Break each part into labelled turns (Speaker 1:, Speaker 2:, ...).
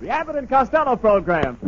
Speaker 1: The Abbott and Costello program.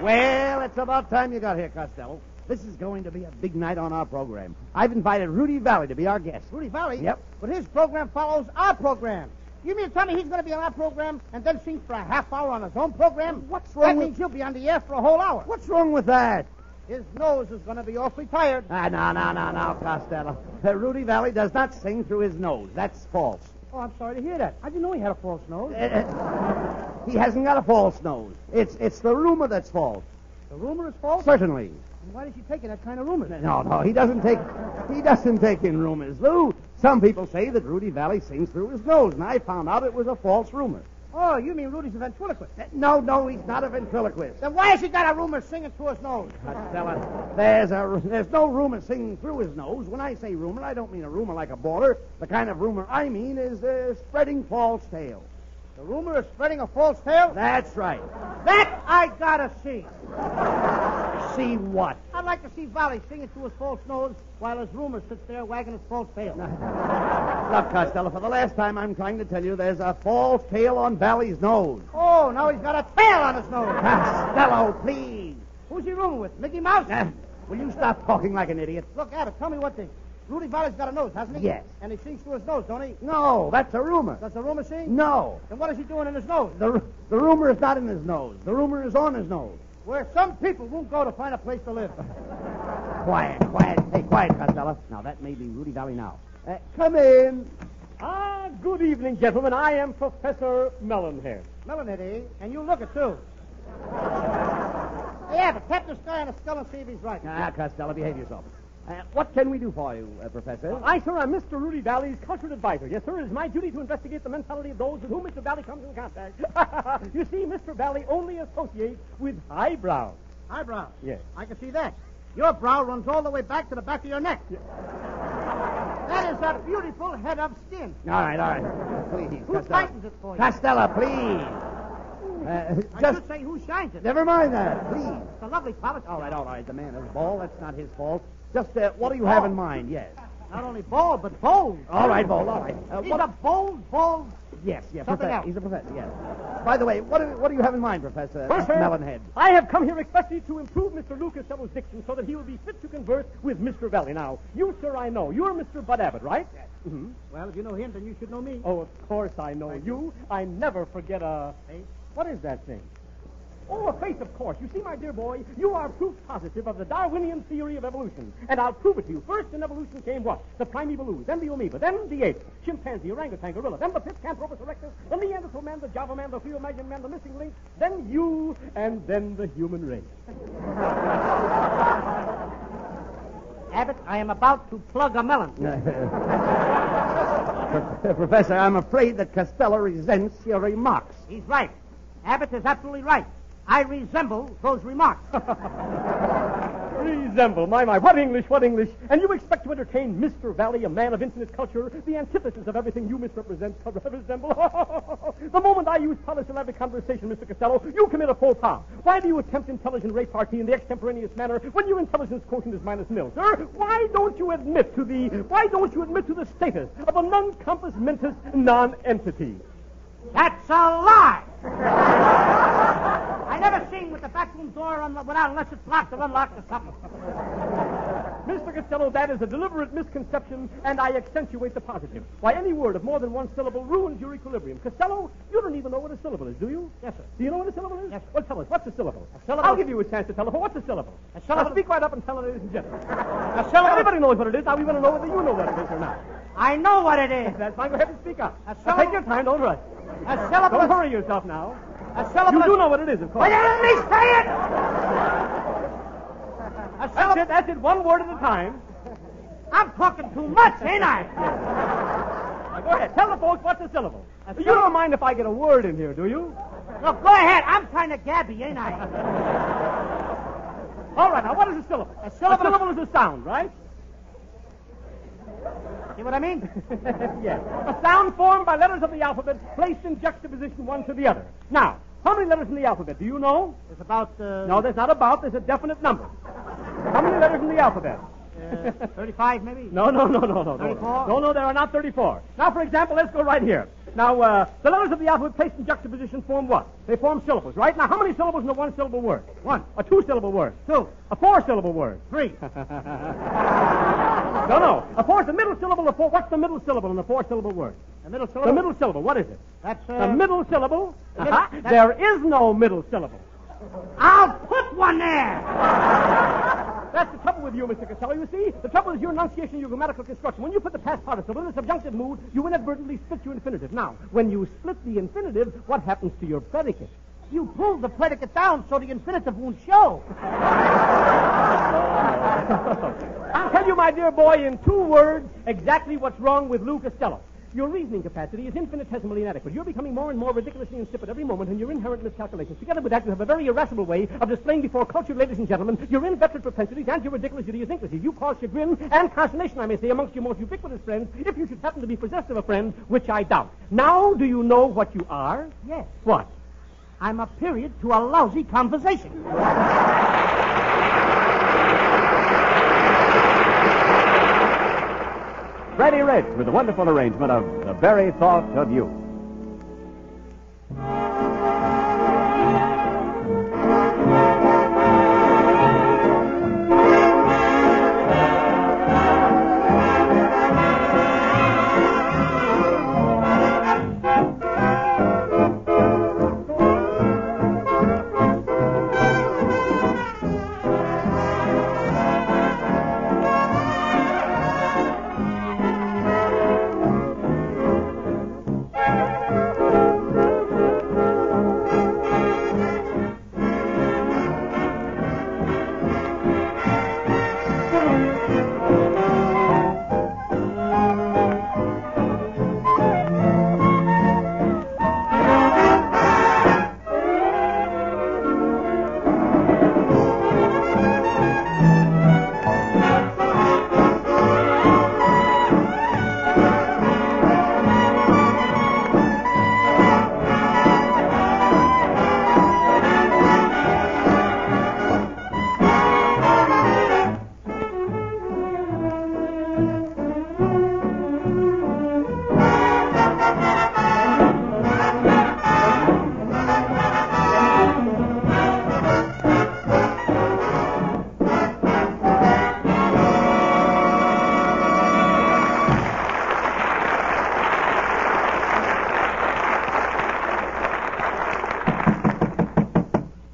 Speaker 1: Well, it's about time you got here, Costello. This is going to be a big night on our program. I've invited Rudy Valley to be our guest.
Speaker 2: Rudy Valley?
Speaker 1: Yep.
Speaker 2: But his program follows our program. You mean to tell me he's going to be on our program and then sing for a half hour on his own program?
Speaker 1: What's
Speaker 2: That
Speaker 1: wrong
Speaker 2: means
Speaker 1: with
Speaker 2: you'll be on the air for a whole hour.
Speaker 1: What's wrong with that?
Speaker 2: His nose is going to be awfully tired.
Speaker 1: Ah, no, no, no, no, Costello. Uh, Rudy Valley does not sing through his nose. That's false.
Speaker 2: Oh, I'm sorry to hear that. I didn't know he had a false nose.
Speaker 1: Uh, uh, he hasn't got a false nose. It's it's the rumor that's false.
Speaker 2: the rumor is false.
Speaker 1: Certainly.
Speaker 2: And why is he taking that kind of rumor?
Speaker 1: No, no, he doesn't take he doesn't take in rumors, Lou. Some people say that Rudy Valley sings through his nose, and I found out it was a false rumor.
Speaker 2: Oh, you mean Rudy's a ventriloquist.
Speaker 1: Uh, No, no, he's not a ventriloquist.
Speaker 2: Then why has he got a rumor singing through his nose?
Speaker 1: Costello, there's a there's no rumor singing through his nose. When I say rumor, I don't mean a rumor like a boarder. The kind of rumor I mean is uh, spreading false tales.
Speaker 2: The rumor is spreading a false tale?
Speaker 1: That's right.
Speaker 2: That I gotta see.
Speaker 1: See what?
Speaker 2: I'd like to see Valley singing through his false nose while his rumor sits there wagging his false tail.
Speaker 1: Look, Costello, for the last time, I'm trying to tell you there's a false tail on Bally's nose.
Speaker 2: Oh, now he's got a tail on his nose.
Speaker 1: Costello, please.
Speaker 2: Who's he rooming with? Mickey Mouse?
Speaker 1: Uh, will you stop talking like an idiot?
Speaker 2: Look, Abbott, tell me one thing. Rudy Valley's got a nose, hasn't he?
Speaker 1: Yes.
Speaker 2: And he sings through his nose, don't he?
Speaker 1: No, that's a rumor.
Speaker 2: Does the rumor sing?
Speaker 1: No.
Speaker 2: Then what is he doing in his nose?
Speaker 1: The, ru- the rumor is not in his nose. The rumor is on his nose.
Speaker 2: Where some people won't go to find a place to live.
Speaker 1: Quiet, quiet. Hey, quiet, Costello. Now, that may be Rudy Valley now. Uh, come in.
Speaker 3: Ah, good evening, gentlemen. I am Professor Mellonhead.
Speaker 2: Melanin, eh? And you look it, too. hey, Abbott, tap this guy on the skull and see if he's right.
Speaker 1: Ah, Costello, behave yourself. Uh, what can we do for you, uh, Professor?
Speaker 3: I, sir, am Mr. Rudy Valley's cultural advisor. Yes, sir, it is my duty to investigate the mentality of those with whom Mr. Valley comes in contact. you see, Mr. Valley only associates with highbrows.
Speaker 2: Eyebrow.
Speaker 3: Yes.
Speaker 2: I can see that. Your brow runs all the way back to the back of your neck. That is a beautiful head of skin.
Speaker 1: All right, all right. Please,
Speaker 2: Who
Speaker 1: Costello.
Speaker 2: tightens it for you?
Speaker 1: Costello, please. Uh,
Speaker 2: I
Speaker 1: just
Speaker 2: should say who shines it.
Speaker 1: never mind that, please.
Speaker 2: It's a lovely polish.
Speaker 1: All right, all right. The man is bald. That's not his fault. Just uh, what do you have in mind? Yes.
Speaker 2: Not only bald, but bold.
Speaker 1: All right, bald. All right. Uh,
Speaker 2: He's
Speaker 1: what
Speaker 2: a bold, bold.
Speaker 1: Yes, yes.
Speaker 2: Something
Speaker 1: professor.
Speaker 2: else.
Speaker 1: He's a professor. Yes. By the way, what do, what do you have in mind, Professor
Speaker 3: Sir, sir,
Speaker 1: Melonhead?
Speaker 3: I have come here especially to improve Mr. Lucas Devil's diction so that he will be fit to converse with Mr. Valley. Now, you, sir, I know. You're Mr. Bud Abbott, right? Yes.
Speaker 2: Well, if you know him, then you should know me.
Speaker 3: Oh, of course I know you. I never forget a.
Speaker 2: Face?
Speaker 3: What is that thing? Oh, a face, of course. You see, my dear boy, you are proof positive of the Darwinian theory of evolution. And I'll prove it to you. First in evolution came what? The primeval ooze, then the amoeba, then the ape, chimpanzee, orangutan, gorilla, then the Pithecanthropus erectus, the Neanderthal man, the Java man, the Theomagian man, the missing link, then you, and then the human race.
Speaker 2: Abbott, I am about to plug a melon.
Speaker 4: Pro- Professor, I'm afraid that Costello resents your remarks.
Speaker 2: He's right. Abbott is absolutely right. I resemble those remarks.
Speaker 1: Resemble, my, my, what English, what English. And you expect to entertain Mr. Valley, a man of infinite culture, the antithesis of everything you misrepresent, to resemble. the moment I use polished elaborate conversation, Mr. Costello, you commit a faux pas. Why do you attempt intelligent repartee in the extemporaneous manner when your intelligence quotient is minus nil, sir? Why don't you admit to the, why don't you admit to the status of a non-compass mentis non-entity?
Speaker 2: That's a lie. I never seen with the back room door unlo- went out unless it's locked or unlocked or something.
Speaker 1: Mr. Costello, that is a deliberate misconception, and I accentuate the positive. Why, any word of more than one syllable ruins your equilibrium. Costello, you don't even know what a syllable is, do you?
Speaker 2: Yes, sir.
Speaker 1: Do you know what a syllable is?
Speaker 2: Yes, sir.
Speaker 1: Well, tell us, what's a syllable?
Speaker 2: A syllable-
Speaker 1: I'll give you a chance to tell us. What's a syllable?
Speaker 2: A syllable-
Speaker 1: Now speak right up and tell it, ladies and gentlemen.
Speaker 2: A syllable.
Speaker 1: Everybody knows what it is. Now we want to know whether you know what it is or not.
Speaker 2: I know what it is.
Speaker 1: That's fine. Go ahead and speak up.
Speaker 2: A
Speaker 1: Now, Take
Speaker 2: syllable-
Speaker 1: your time. Don't rush.
Speaker 2: A
Speaker 1: Don't
Speaker 2: syllable.
Speaker 1: hurry yourself now.
Speaker 2: A syllable.
Speaker 1: You do know what it is, of
Speaker 2: Will
Speaker 1: course.
Speaker 2: you let me say it? A
Speaker 1: That's
Speaker 2: syllable.
Speaker 1: it. That's it. One word at a time.
Speaker 2: I'm talking too much, ain't I?
Speaker 1: Now, go ahead. Tell the folks what's a syllable.
Speaker 2: A
Speaker 1: You
Speaker 2: syllable-
Speaker 1: don't mind if I get a word in here, do you?
Speaker 2: Look, go ahead. I'm kind of gabby, ain't I?
Speaker 1: All right, now what is a syllable? A
Speaker 2: syllable-
Speaker 1: is a sound, right?
Speaker 2: See what I mean?
Speaker 1: yes. A sound formed by letters of the alphabet placed in juxtaposition one to the other. Now, how many letters in the alphabet? Do you know?
Speaker 2: It's about uh,
Speaker 1: No, there's not about. There's a definite number. How many letters in the alphabet?
Speaker 2: uh, 35 maybe.
Speaker 1: No, no, no, no, no.
Speaker 2: 34?
Speaker 1: No, no, there are not 34. Now, for example, let's go right here. Now, uh, the letters of the alphabet placed in juxtaposition form what? They form syllables, right? Now, how many syllables in a one-syllable word?
Speaker 2: One.
Speaker 1: A two-syllable word?
Speaker 2: Two.
Speaker 1: A four-syllable word?
Speaker 2: Three.
Speaker 1: No, no. A fourth, the middle syllable, a four. What's the middle syllable in a four-syllable word?
Speaker 2: The middle syllable.
Speaker 1: The middle syllable. What is it?
Speaker 2: That's
Speaker 1: The
Speaker 2: uh,
Speaker 5: Uh-huh.
Speaker 1: middle syllable.
Speaker 2: the middle-
Speaker 1: Uh-huh.
Speaker 2: that-
Speaker 1: There is no middle syllable.
Speaker 2: I'll put one there.
Speaker 1: That's the trouble with you, Mr. Costello. You see, the trouble is your enunciation, your grammatical construction. When you put the past participle in the subjunctive mood, you inadvertently split your infinitive. Now, when you split the infinitive, what happens to your predicate?
Speaker 2: You pulled the predicate down so the infinitive won't show.
Speaker 1: I'll tell you, my dear boy, in two words, exactly what's wrong with Lou Costello. Your reasoning capacity is infinitesimally inadequate. You're becoming more and more ridiculously insipid every moment in your inherent miscalculations. Together with that, you have a very irascible way of displaying before cultured ladies and gentlemen your inveterate propensities and your ridiculous idiosyncrasies. You cause chagrin and consternation, I may say, amongst your most ubiquitous friends, if you should happen to be possessed of a friend, which I doubt. Now, do you know what you are?
Speaker 2: Yes.
Speaker 1: What?
Speaker 2: I'm a period to a lousy conversation.
Speaker 5: Freddie Rich with a wonderful arrangement of The Very Thought of You.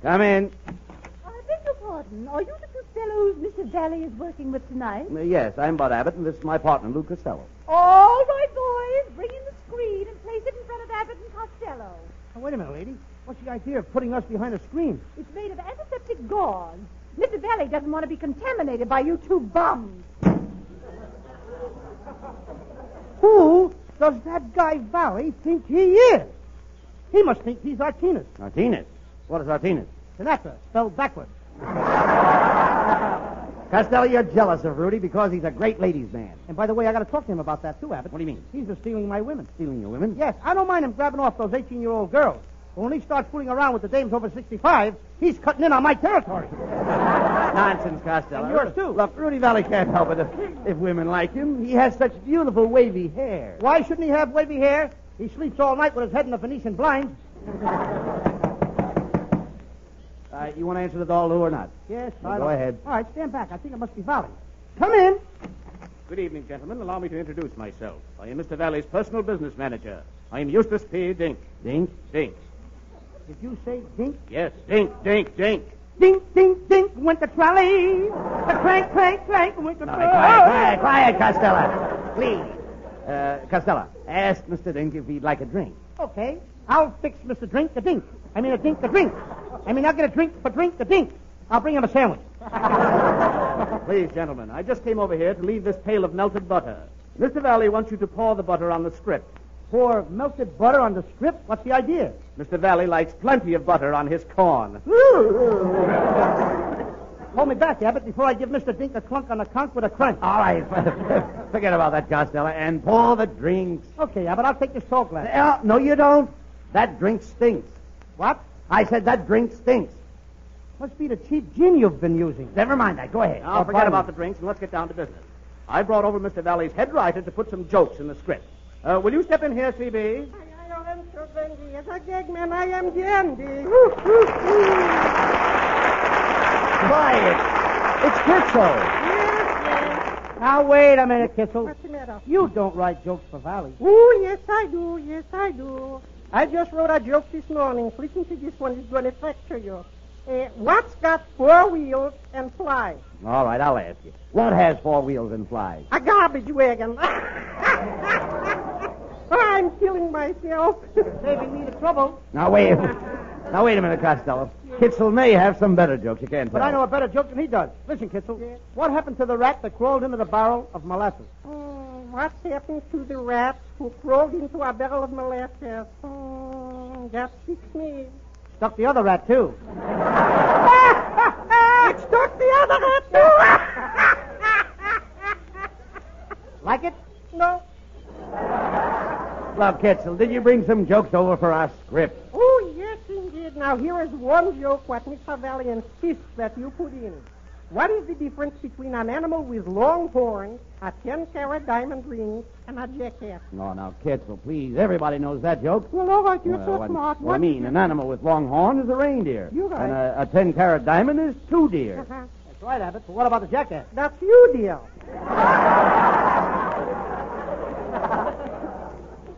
Speaker 4: Come in.
Speaker 6: I beg your pardon. Are you the Costello whose Mr. Valley is working with tonight?
Speaker 1: Uh,
Speaker 4: Yes, I'm Bud Abbott, and this is my partner, Lou Costello.
Speaker 6: All right, boys. Bring in the screen and place it in front of Abbott and Costello.
Speaker 2: Now, wait a minute, lady. What's the idea of putting us behind a screen?
Speaker 6: It's made of antiseptic gauze.
Speaker 7: Mr. Belly doesn't want to be contaminated by you two bums.
Speaker 2: Who does that guy Valley think he is? He must think he's Artinus.
Speaker 1: Martinez. What is Martinez?
Speaker 2: Sinatra, spelled backwards.
Speaker 1: Costello, you're jealous of Rudy because he's a great ladies' man.
Speaker 2: And by the way, I got to talk to him about that too, Abbott.
Speaker 1: What do you mean?
Speaker 2: He's just stealing my women.
Speaker 1: Stealing your women?
Speaker 2: Yes, I don't mind him grabbing off those 18-year-old girls. But when he starts fooling around with the dames over 65, he's cutting in on my territory.
Speaker 1: Nonsense, Costello.
Speaker 2: And yours, too.
Speaker 1: Look, Rudy Valley can't help it if, if women like him. He has such beautiful wavy hair.
Speaker 2: Why shouldn't he have wavy hair? He sleeps all night with his head in the Venetian blind.
Speaker 1: Uh, you want to answer the doll, Lou, or not?
Speaker 2: Yes,
Speaker 1: Well,
Speaker 2: I
Speaker 1: go
Speaker 2: don't-
Speaker 1: ahead.
Speaker 2: All right, stand back. I think it must be Valley. Come in.
Speaker 8: Good evening, gentlemen. Allow me to introduce myself. I am Mr. Valley's personal business manager. I am Eustace P. Dink.
Speaker 1: Dink?
Speaker 8: Dink.
Speaker 2: Did you say dink?
Speaker 8: Yes, Dink, Dink, Dink.
Speaker 2: Dink, dink, dink went the trolley. The clank, clank, clank went the
Speaker 1: All
Speaker 2: trolley.
Speaker 1: right, quiet, quiet, quiet, Costello. Please. Uh, Costello, ask Mr. Dink if he'd like a drink.
Speaker 2: Okay, I'll fix Mr. Drink the Dink. I mean, a Dink the Drink. I mean, I'll get a drink for Drink the Dink. I'll bring him a sandwich.
Speaker 8: Please, gentlemen, I just came over here to leave this pail of melted butter. Mr. Valley wants you to pour the butter on the strip.
Speaker 2: Pour melted butter on the strip? What's the idea?
Speaker 8: Mr. Valley likes plenty of butter on his corn.
Speaker 2: Hold me back, Abbott, before I give Mr. Dink a clunk on the conch with a crunch.
Speaker 1: All right, forget about that, Costello, and pour the drinks.
Speaker 2: Okay, Abbott, I'll take this tall glass.
Speaker 1: Uh, no, you don't. That drink stinks.
Speaker 2: What?
Speaker 1: I said that drink stinks.
Speaker 2: Must be the cheap gin you've been using.
Speaker 1: Never mind that. Go ahead.
Speaker 8: Now, forget about the drinks and let's get down to business. I brought over Mr. Valley's head writer to put some jokes in the script. Uh, will you step in here, CB?
Speaker 1: Quiet. It's Kitso.
Speaker 2: Now, wait a minute, Kissel.
Speaker 9: What's the matter?
Speaker 2: You don't write jokes for Valley.
Speaker 9: Oh, yes, I do. Yes, I do. I just wrote a joke this morning. Listen to this one. It's going to fracture you. Uh, what's got four wheels and flies?
Speaker 1: All right, I'll ask you. What has four wheels and flies?
Speaker 9: A garbage wagon. I'm killing myself.
Speaker 2: Saving me the trouble.
Speaker 1: Now wait. now wait a minute, Costello. Kitzel may have some better jokes. You can't tell.
Speaker 2: But I know a better joke than he does. Listen, Kissel.
Speaker 9: Yes.
Speaker 2: What happened to the rat that crawled into the barrel of molasses?
Speaker 9: Hmm, what's happened to the rats who crawled into a barrel of molasses? Hmm, that sticks me.
Speaker 2: Stuck the other rat, too.
Speaker 9: it stuck the other rat,
Speaker 2: Like it?
Speaker 9: too. no.
Speaker 1: Look, Kitzel, did you bring some jokes over for our script?
Speaker 9: Oh, yes, indeed. Now, here is one joke what Mr. Valley insists that you put in. What is the difference between an animal with long horns, a 10 carat diamond ring, and a jackass?
Speaker 1: No, now, Kitzel, please. Everybody knows that joke.
Speaker 9: Well, all right, you're
Speaker 1: Well,
Speaker 9: so
Speaker 1: what-
Speaker 9: smart.
Speaker 1: Well, I mean, an animal with long horn is a reindeer.
Speaker 9: You're right.
Speaker 1: And a, a 10 carat diamond is two deer.
Speaker 9: Uh-huh.
Speaker 2: That's right, Abbott. But what about the jackass?
Speaker 9: That's you, dear.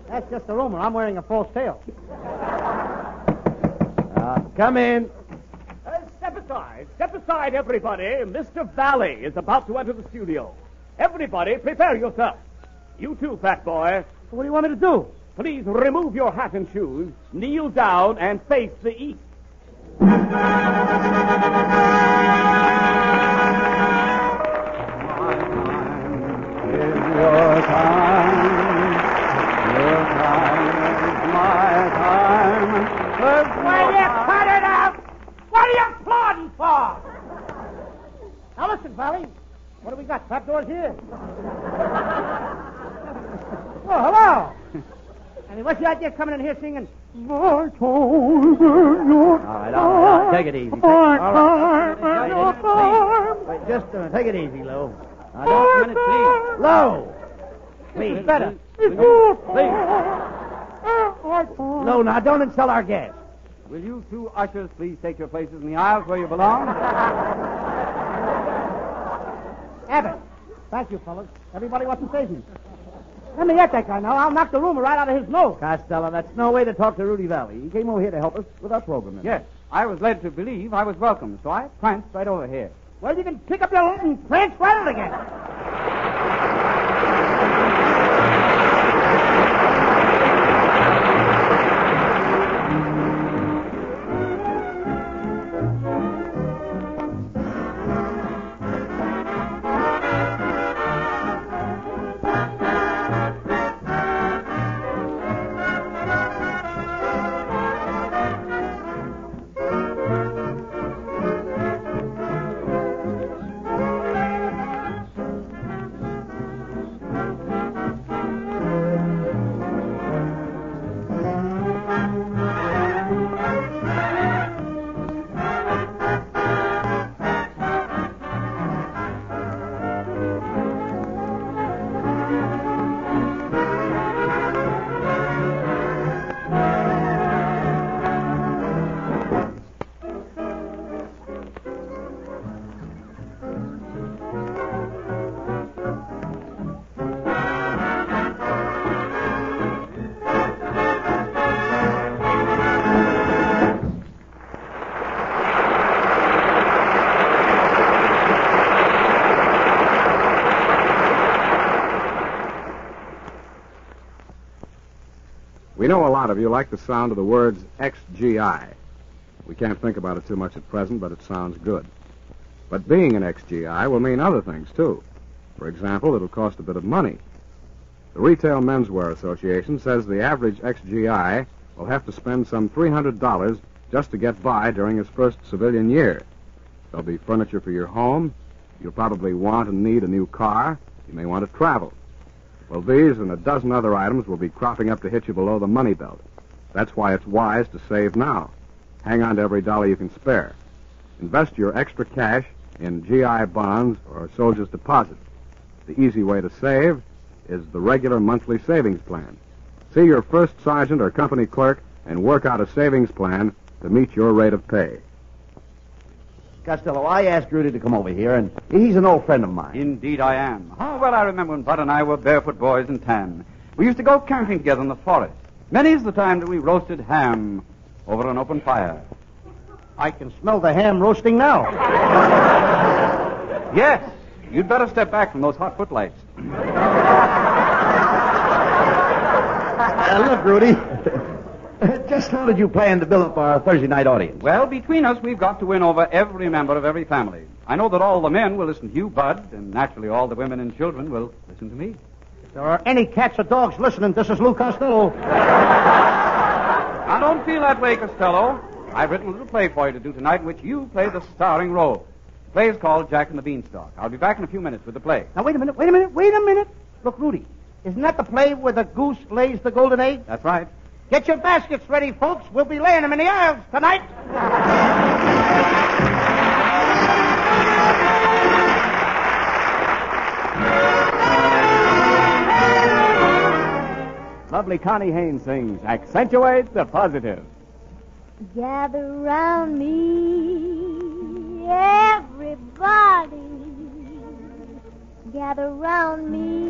Speaker 2: That's just a rumor. I'm wearing a false tail.
Speaker 1: Uh, come in.
Speaker 8: Uh, step aside, step aside, everybody. Mr. Valley is about to enter the studio. Everybody, prepare yourself. You too, fat boy.
Speaker 2: What do you want me to do?
Speaker 8: Please remove your hat and shoes, kneel down, and face the east.
Speaker 2: Now listen, Valley. What do we got? Trapdoors here. oh, hello. I mean, what's the idea of coming in here singing? My toes are your
Speaker 1: All right, all right, all right. Take it easy. Take, all right. Wait, wait, just a minute. Take it easy, Lou. Now, don't minute, please. Lou! Please.
Speaker 2: is better.
Speaker 1: Please. Lou, now, don't insult our guest.
Speaker 8: Will you two ushers please take your places in the aisles where you belong?
Speaker 2: Abbott. Thank you, fellas. Everybody wants to save me. Let me at that guy now. I'll knock the rumor right out of his nose.
Speaker 1: Costello, that's no way to talk to Rudy Valley. He came over here to help us with our program.
Speaker 8: Yes, I was led to believe I was welcome, so I pranced right over here.
Speaker 2: Well, you can pick up your lint and prance right out again.
Speaker 1: know a lot of you like the sound of the words XGI. We can't think about it too much at present, but it sounds good. But being an XGI will mean other things, too. For example, it'll cost a bit of money. The Retail Menswear Association says the average XGI will have to spend some $300 just to get by during his first civilian year. There'll be furniture for your home. You'll probably want and need a new car. You may want to travel. Well, these and a dozen other items will be cropping up to hit you below the money belt. That's why it's wise to save now. Hang on to every dollar you can spare. Invest your extra cash in GI bonds or soldier's deposits. The easy way to save is the regular monthly savings plan. See your first sergeant or company clerk and work out a savings plan to meet your rate of pay.
Speaker 10: Costello, I asked Rudy to come over here, and he's an old friend of mine.
Speaker 11: Indeed, I am. How well I remember when Bud and I were barefoot boys in tan. We used to go camping together in the forest. Many's the time that we roasted ham over an open fire.
Speaker 2: I can smell the ham roasting now.
Speaker 11: Yes, you'd better step back from those hot footlights.
Speaker 10: Uh, look, Rudy. Just how did you plan to build up our Thursday night audience?
Speaker 11: Well, between us, we've got to win over every member of every family. I know that all the men will listen to you, Bud, and naturally all the women and children will listen to me.
Speaker 2: If there are any cats or dogs listening, this is Lou Costello.
Speaker 11: Now, don't feel that way, Costello. I've written a little play for you to do tonight in which you play the starring role. The play is called Jack and the Beanstalk. I'll be back in a few minutes with the play.
Speaker 2: Now, wait a minute, wait a minute, wait a minute. Look, Rudy, isn't that the play where the goose lays the golden egg?
Speaker 11: That's right.
Speaker 2: Get your baskets ready, folks. We'll be laying them in the aisles tonight.
Speaker 12: Lovely Connie Haynes sings, accentuate the positive.
Speaker 7: Gather round me, everybody. Gather round me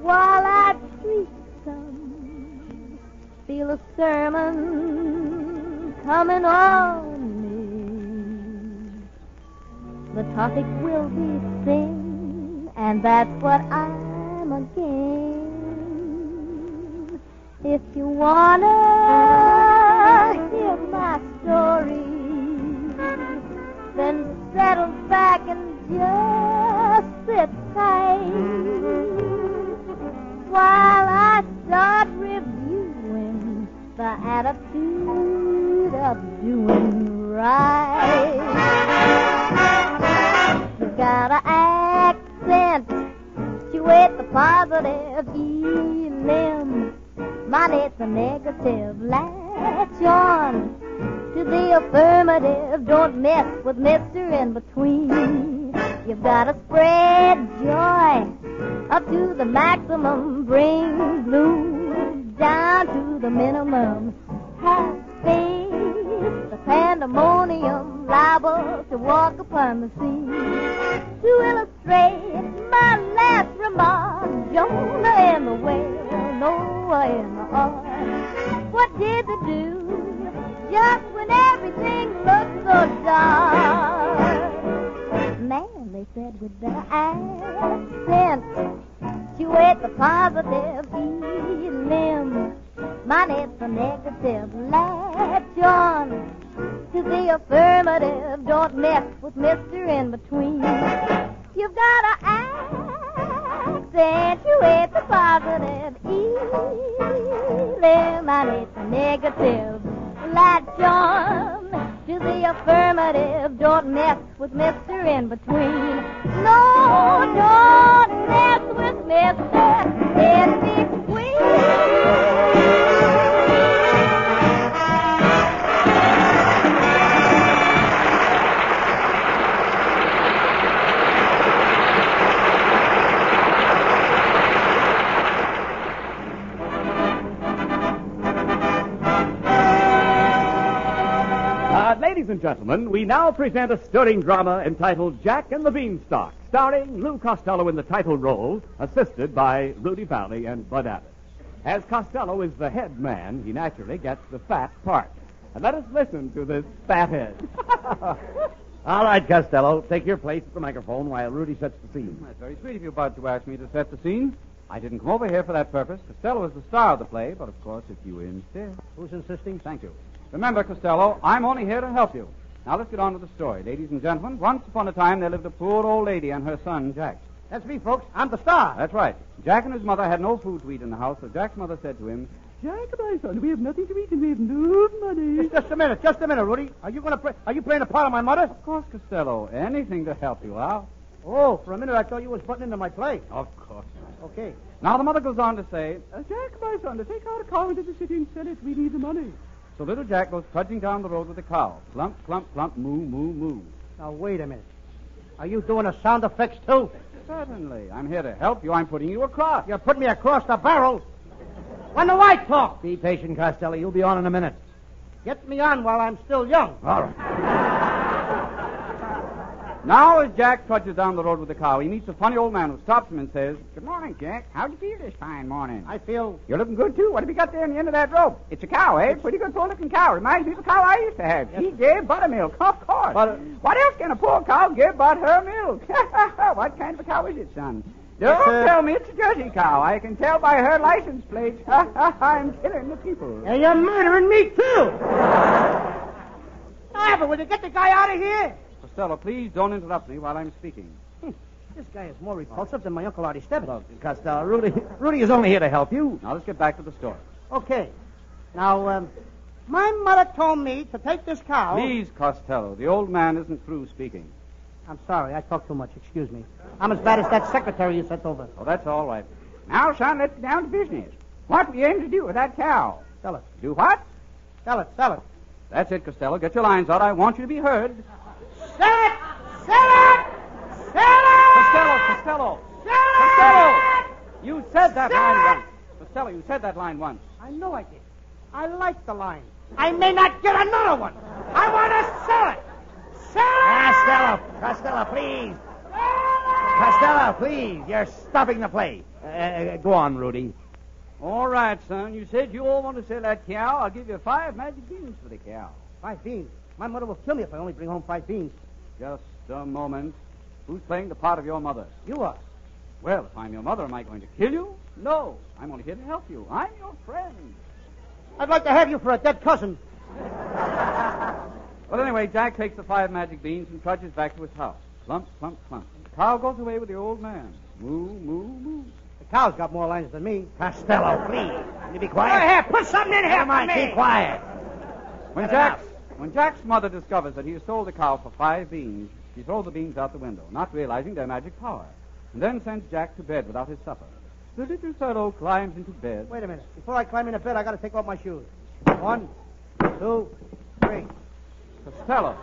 Speaker 7: while I preach some. Feel a sermon coming on me. The topic will be sin, and that's what I'm again. If you wanna hear my story, then settle back and just sit tight while I start reviewing the attitude of doing right. You gotta accentuate the positive E elim. Minus the negative, latch on to the affirmative. Don't mess with Mr. In Between. You've got to spread joy up to the maximum. Bring gloom down to the minimum. Have faith, the pandemonium liable to walk upon the scene. To illustrate my last remark, Jonah in the whale, Noah in the ark. What did they do? just when everything looks so dark. Man, they said with their accent, you ate the positive elim. Minus the negative, latch on to the affirmative. Don't mess with Mr. In Between. You've got to accentuate the positive eliminate the negative. Latch on to the affirmative. Don't mess with Mr. In Between. No, don't mess with Mr. In Between.
Speaker 12: Uh, ladies and gentlemen, we now present a stirring drama entitled Jack and the Beanstalk, starring Lou Costello in the title role, assisted by Rudy Valley and Bud Abbott. As Costello is the head man, he naturally gets the fat part. And let us listen to this fat head.
Speaker 10: All right, Costello, take your place at the microphone while Rudy sets the scene.
Speaker 11: That's very sweet of you, Bud, to ask me to set the scene.
Speaker 13: I didn't come over here for that purpose. Costello is the star of the play, but of course, if you insist.
Speaker 2: Who's insisting?
Speaker 13: Thank you. Remember, Costello, I'm only here to help you. Now let's get on with the story. Ladies and gentlemen, once upon a time there lived a poor old lady and her son, Jack.
Speaker 2: That's me, folks. I'm the star.
Speaker 13: That's right. Jack and his mother had no food to eat in the house, so Jack's mother said to him,
Speaker 3: Jack, my son, we have nothing to eat and we have no money.
Speaker 2: Just- Just a minute, just a minute, Rudy. Are you going to play? Are you playing the part of my mother?
Speaker 13: Of course, Costello, anything to help you out.
Speaker 2: Oh, for a minute I thought you was butting into my play.
Speaker 13: Of course.
Speaker 2: Okay.
Speaker 13: Now the mother goes on to say,
Speaker 3: Uh, Jack, my son, to take our car into the city and sell it, we need the money.
Speaker 13: so little Jack goes trudging down the road with the cow. Plump, plump, plump, moo, moo, moo.
Speaker 2: Now wait a minute. Are you doing a sound effects too?
Speaker 13: Certainly. I'm here to help you. I'm putting you across.
Speaker 2: You put me across the barrel. When do I talk? Be patient, Costello. You'll be on in a minute. Get me on while I'm still young.
Speaker 1: All right.
Speaker 13: Now, as Jack trudges down the road with the cow, he meets a funny old man who stops him and says, Good morning, Jack. How'd you feel this fine morning?
Speaker 2: I feel
Speaker 13: You're looking good, too. What have you got there in the end of that rope? It's a cow, eh? Pretty good poor-looking cow. Reminds me of the cow I used to have. She gave buttermilk, of course.
Speaker 2: Butter-
Speaker 13: What else can a poor cow give but her milk? what kind of a cow is it, son? Don't
Speaker 2: It's a-
Speaker 13: tell me it's a Jersey cow. I can tell by her license plate. I'm killing the people.
Speaker 2: Yeah, you're murdering me, too.
Speaker 13: Ah,
Speaker 2: Ivor, will you get the guy out of here?
Speaker 13: Costello, please don't interrupt me while I'm speaking.
Speaker 2: This guy is more repulsive than my Uncle Artie Stebbins.
Speaker 1: Costello, Rudy, Rudy is only here to help you.
Speaker 13: Now, let's get back to the story.
Speaker 2: Okay. Now, um, my mother told me to take this cow.
Speaker 13: Please, Costello, the old man isn't through speaking.
Speaker 2: I'm sorry, I talk too much. Excuse me. I'm as bad as that secretary you sent over.
Speaker 13: Oh, that's all right. Now, son, let's get down to business. What do you aim to do with that cow?
Speaker 2: Sell it.
Speaker 13: Do what?
Speaker 2: Sell it. Sell it.
Speaker 13: That's it, Costello. Get your lines out. I want you to be heard.
Speaker 2: Sell it! Sell it! Sell it!
Speaker 13: Costello, Costello, Costello! You said that line once. Costello, you said that line once.
Speaker 2: I know I did. I like the line. I may not get another one. I want to sell it. Sell it!
Speaker 1: Costello, Costello, please. Costello, please. You're stopping the play. Uh, Uh, go on, Rudy.
Speaker 13: All right, son. You said you all want to sell that cow. I'll give you five magic beans for the cow.
Speaker 2: Five beans. My mother will kill me if I only bring home five beans.
Speaker 13: Just a moment. Who's playing the part of your mother?
Speaker 2: You are.
Speaker 13: Well, if I'm your mother, am I going to kill you? No. I'm only here to help you. I'm your friend.
Speaker 2: I'd like to have you for a dead cousin.
Speaker 13: Well, anyway, Jack takes the five magic beans and trudges back to his house. Plump, plump, plump. The cow goes away with the old man. Moo, moo, moo.
Speaker 2: The cow's got more lines than me.
Speaker 1: Costello, please. Will you be quiet?
Speaker 2: Go ahead, put something in here
Speaker 1: Never mind.
Speaker 2: for me.
Speaker 1: Keep quiet.
Speaker 13: When
Speaker 1: Cut it
Speaker 13: Jack's, when Jack's mother discovers that he has sold the cow for five beans, she throws the beans out the window, not realizing their magic power, and then sends Jack to bed without his supper. The little fellow climbs into bed.
Speaker 2: Wait a minute. Before I climb into bed, I got to take off my shoes. One, two, three.
Speaker 13: Costello.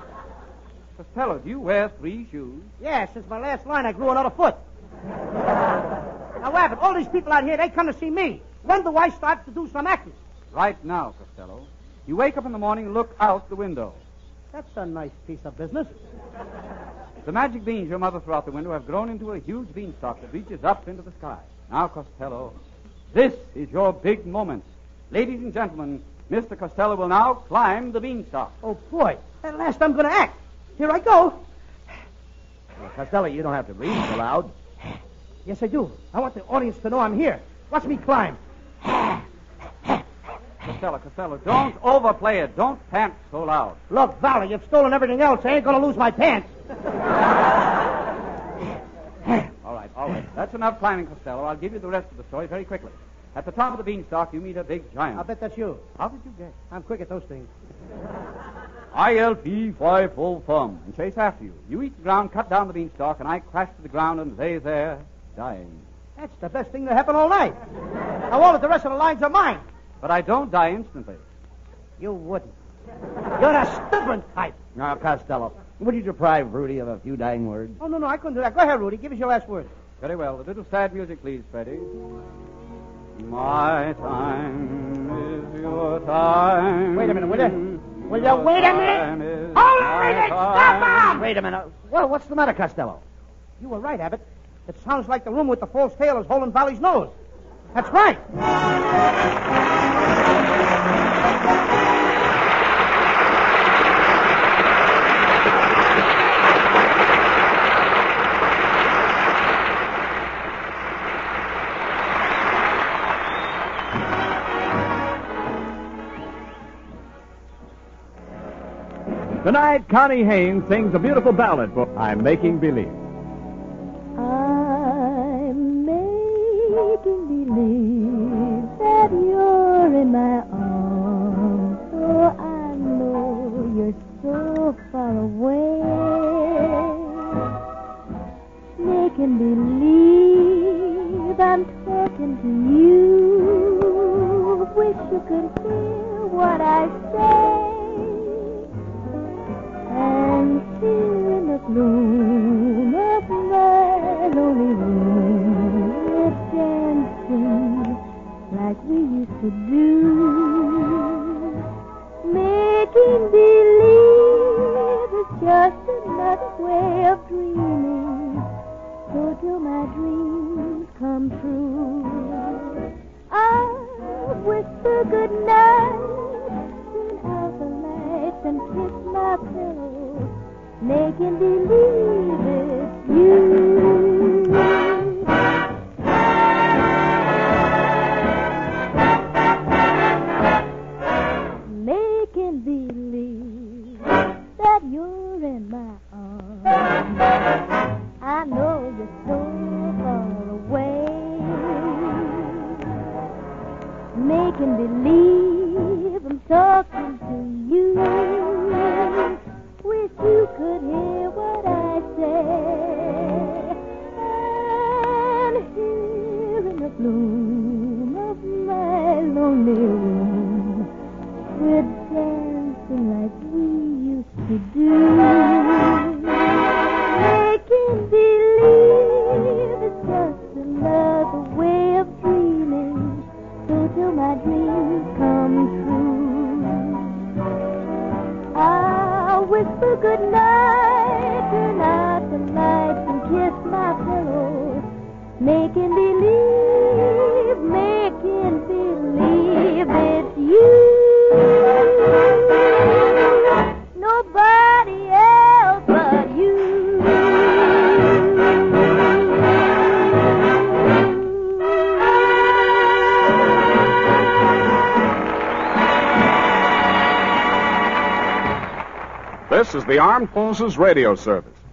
Speaker 13: Costello, do you wear three shoes?
Speaker 2: Yeah, since my last line, I grew another foot. now, Abbott, all these people out here, they come to see me. When do I start to do some acting?
Speaker 13: Right now, Costello. You wake up in the morning and look out the window.
Speaker 2: That's a nice piece of business.
Speaker 13: The magic beans your mother threw out the window have grown into a huge beanstalk that reaches up into the sky. Now, Costello, this is your big moment. Ladies and gentlemen, Mr. Costello will now climb the beanstalk.
Speaker 2: Oh, boy. At last, I'm going to act. Here I go.
Speaker 1: Well, Costello, you don't have to read so loud.
Speaker 2: Yes, I do. I want the audience to know I'm here. Watch me climb.
Speaker 13: Costello, Costello, don't overplay it. Don't pant so loud.
Speaker 2: Look, Valley, you've stolen everything else. I ain't going to lose my pants.
Speaker 13: All right, all right. That's enough climbing, Costello. I'll give you the rest of the story very quickly. At the top of the beanstalk, you meet a big giant.
Speaker 2: I'll bet that's you.
Speaker 13: How did you guess?
Speaker 2: I'm quick at those things.
Speaker 13: ILP five full thumb and chase after you. You eat the ground, cut down the beanstalk, and I crash to the ground and lay there, dying.
Speaker 2: That's the best thing that happened all night. Now, all of the rest of the lines are mine.
Speaker 13: But I don't die instantly.
Speaker 2: You wouldn't. You're a stubborn type.
Speaker 1: Now, Costello, would you deprive Rudy of a few dying words?
Speaker 2: Oh, no, no, I couldn't do that. Go ahead, Rudy. Give us your last word.
Speaker 13: Very well. A little sad music, please, Freddie. My time is your time.
Speaker 2: Wait a minute, will you? Will you wait a minute?
Speaker 13: Hold
Speaker 1: Wait a minute. Well, what's the matter, Costello?
Speaker 2: You were right, Abbott. It sounds like the room with the false tail is holding Valley's nose. That's right.
Speaker 8: Tonight, Connie Haynes sings a beautiful ballad for I'm Making Believe.
Speaker 7: I'm making believe that you're in my arms. Oh, I know you're so far away. Making believe I'm talking to you. Wish you could hear what I say and here in the gloom of my lonely room, we're dancing like we used to do, making believe it's just another way of dreaming. So till my dreams come true, I'll whisper good night, turn out the lights and kiss my pillow, making believe it's you. Making believe that you're in my arms. I know you're so far away. Making believe I'm talking to you. Wish you could hear what I say. And here in the gloom of my lonely room, we're dancing like we used to do. Making believe it's just another way of dreaming. So till my dreams come true, I'll whisper good night, turn out the lights and kiss my pillow. Making believe, making believe it's you. Nobody else but you.
Speaker 14: This is the Armed Forces Radio Service.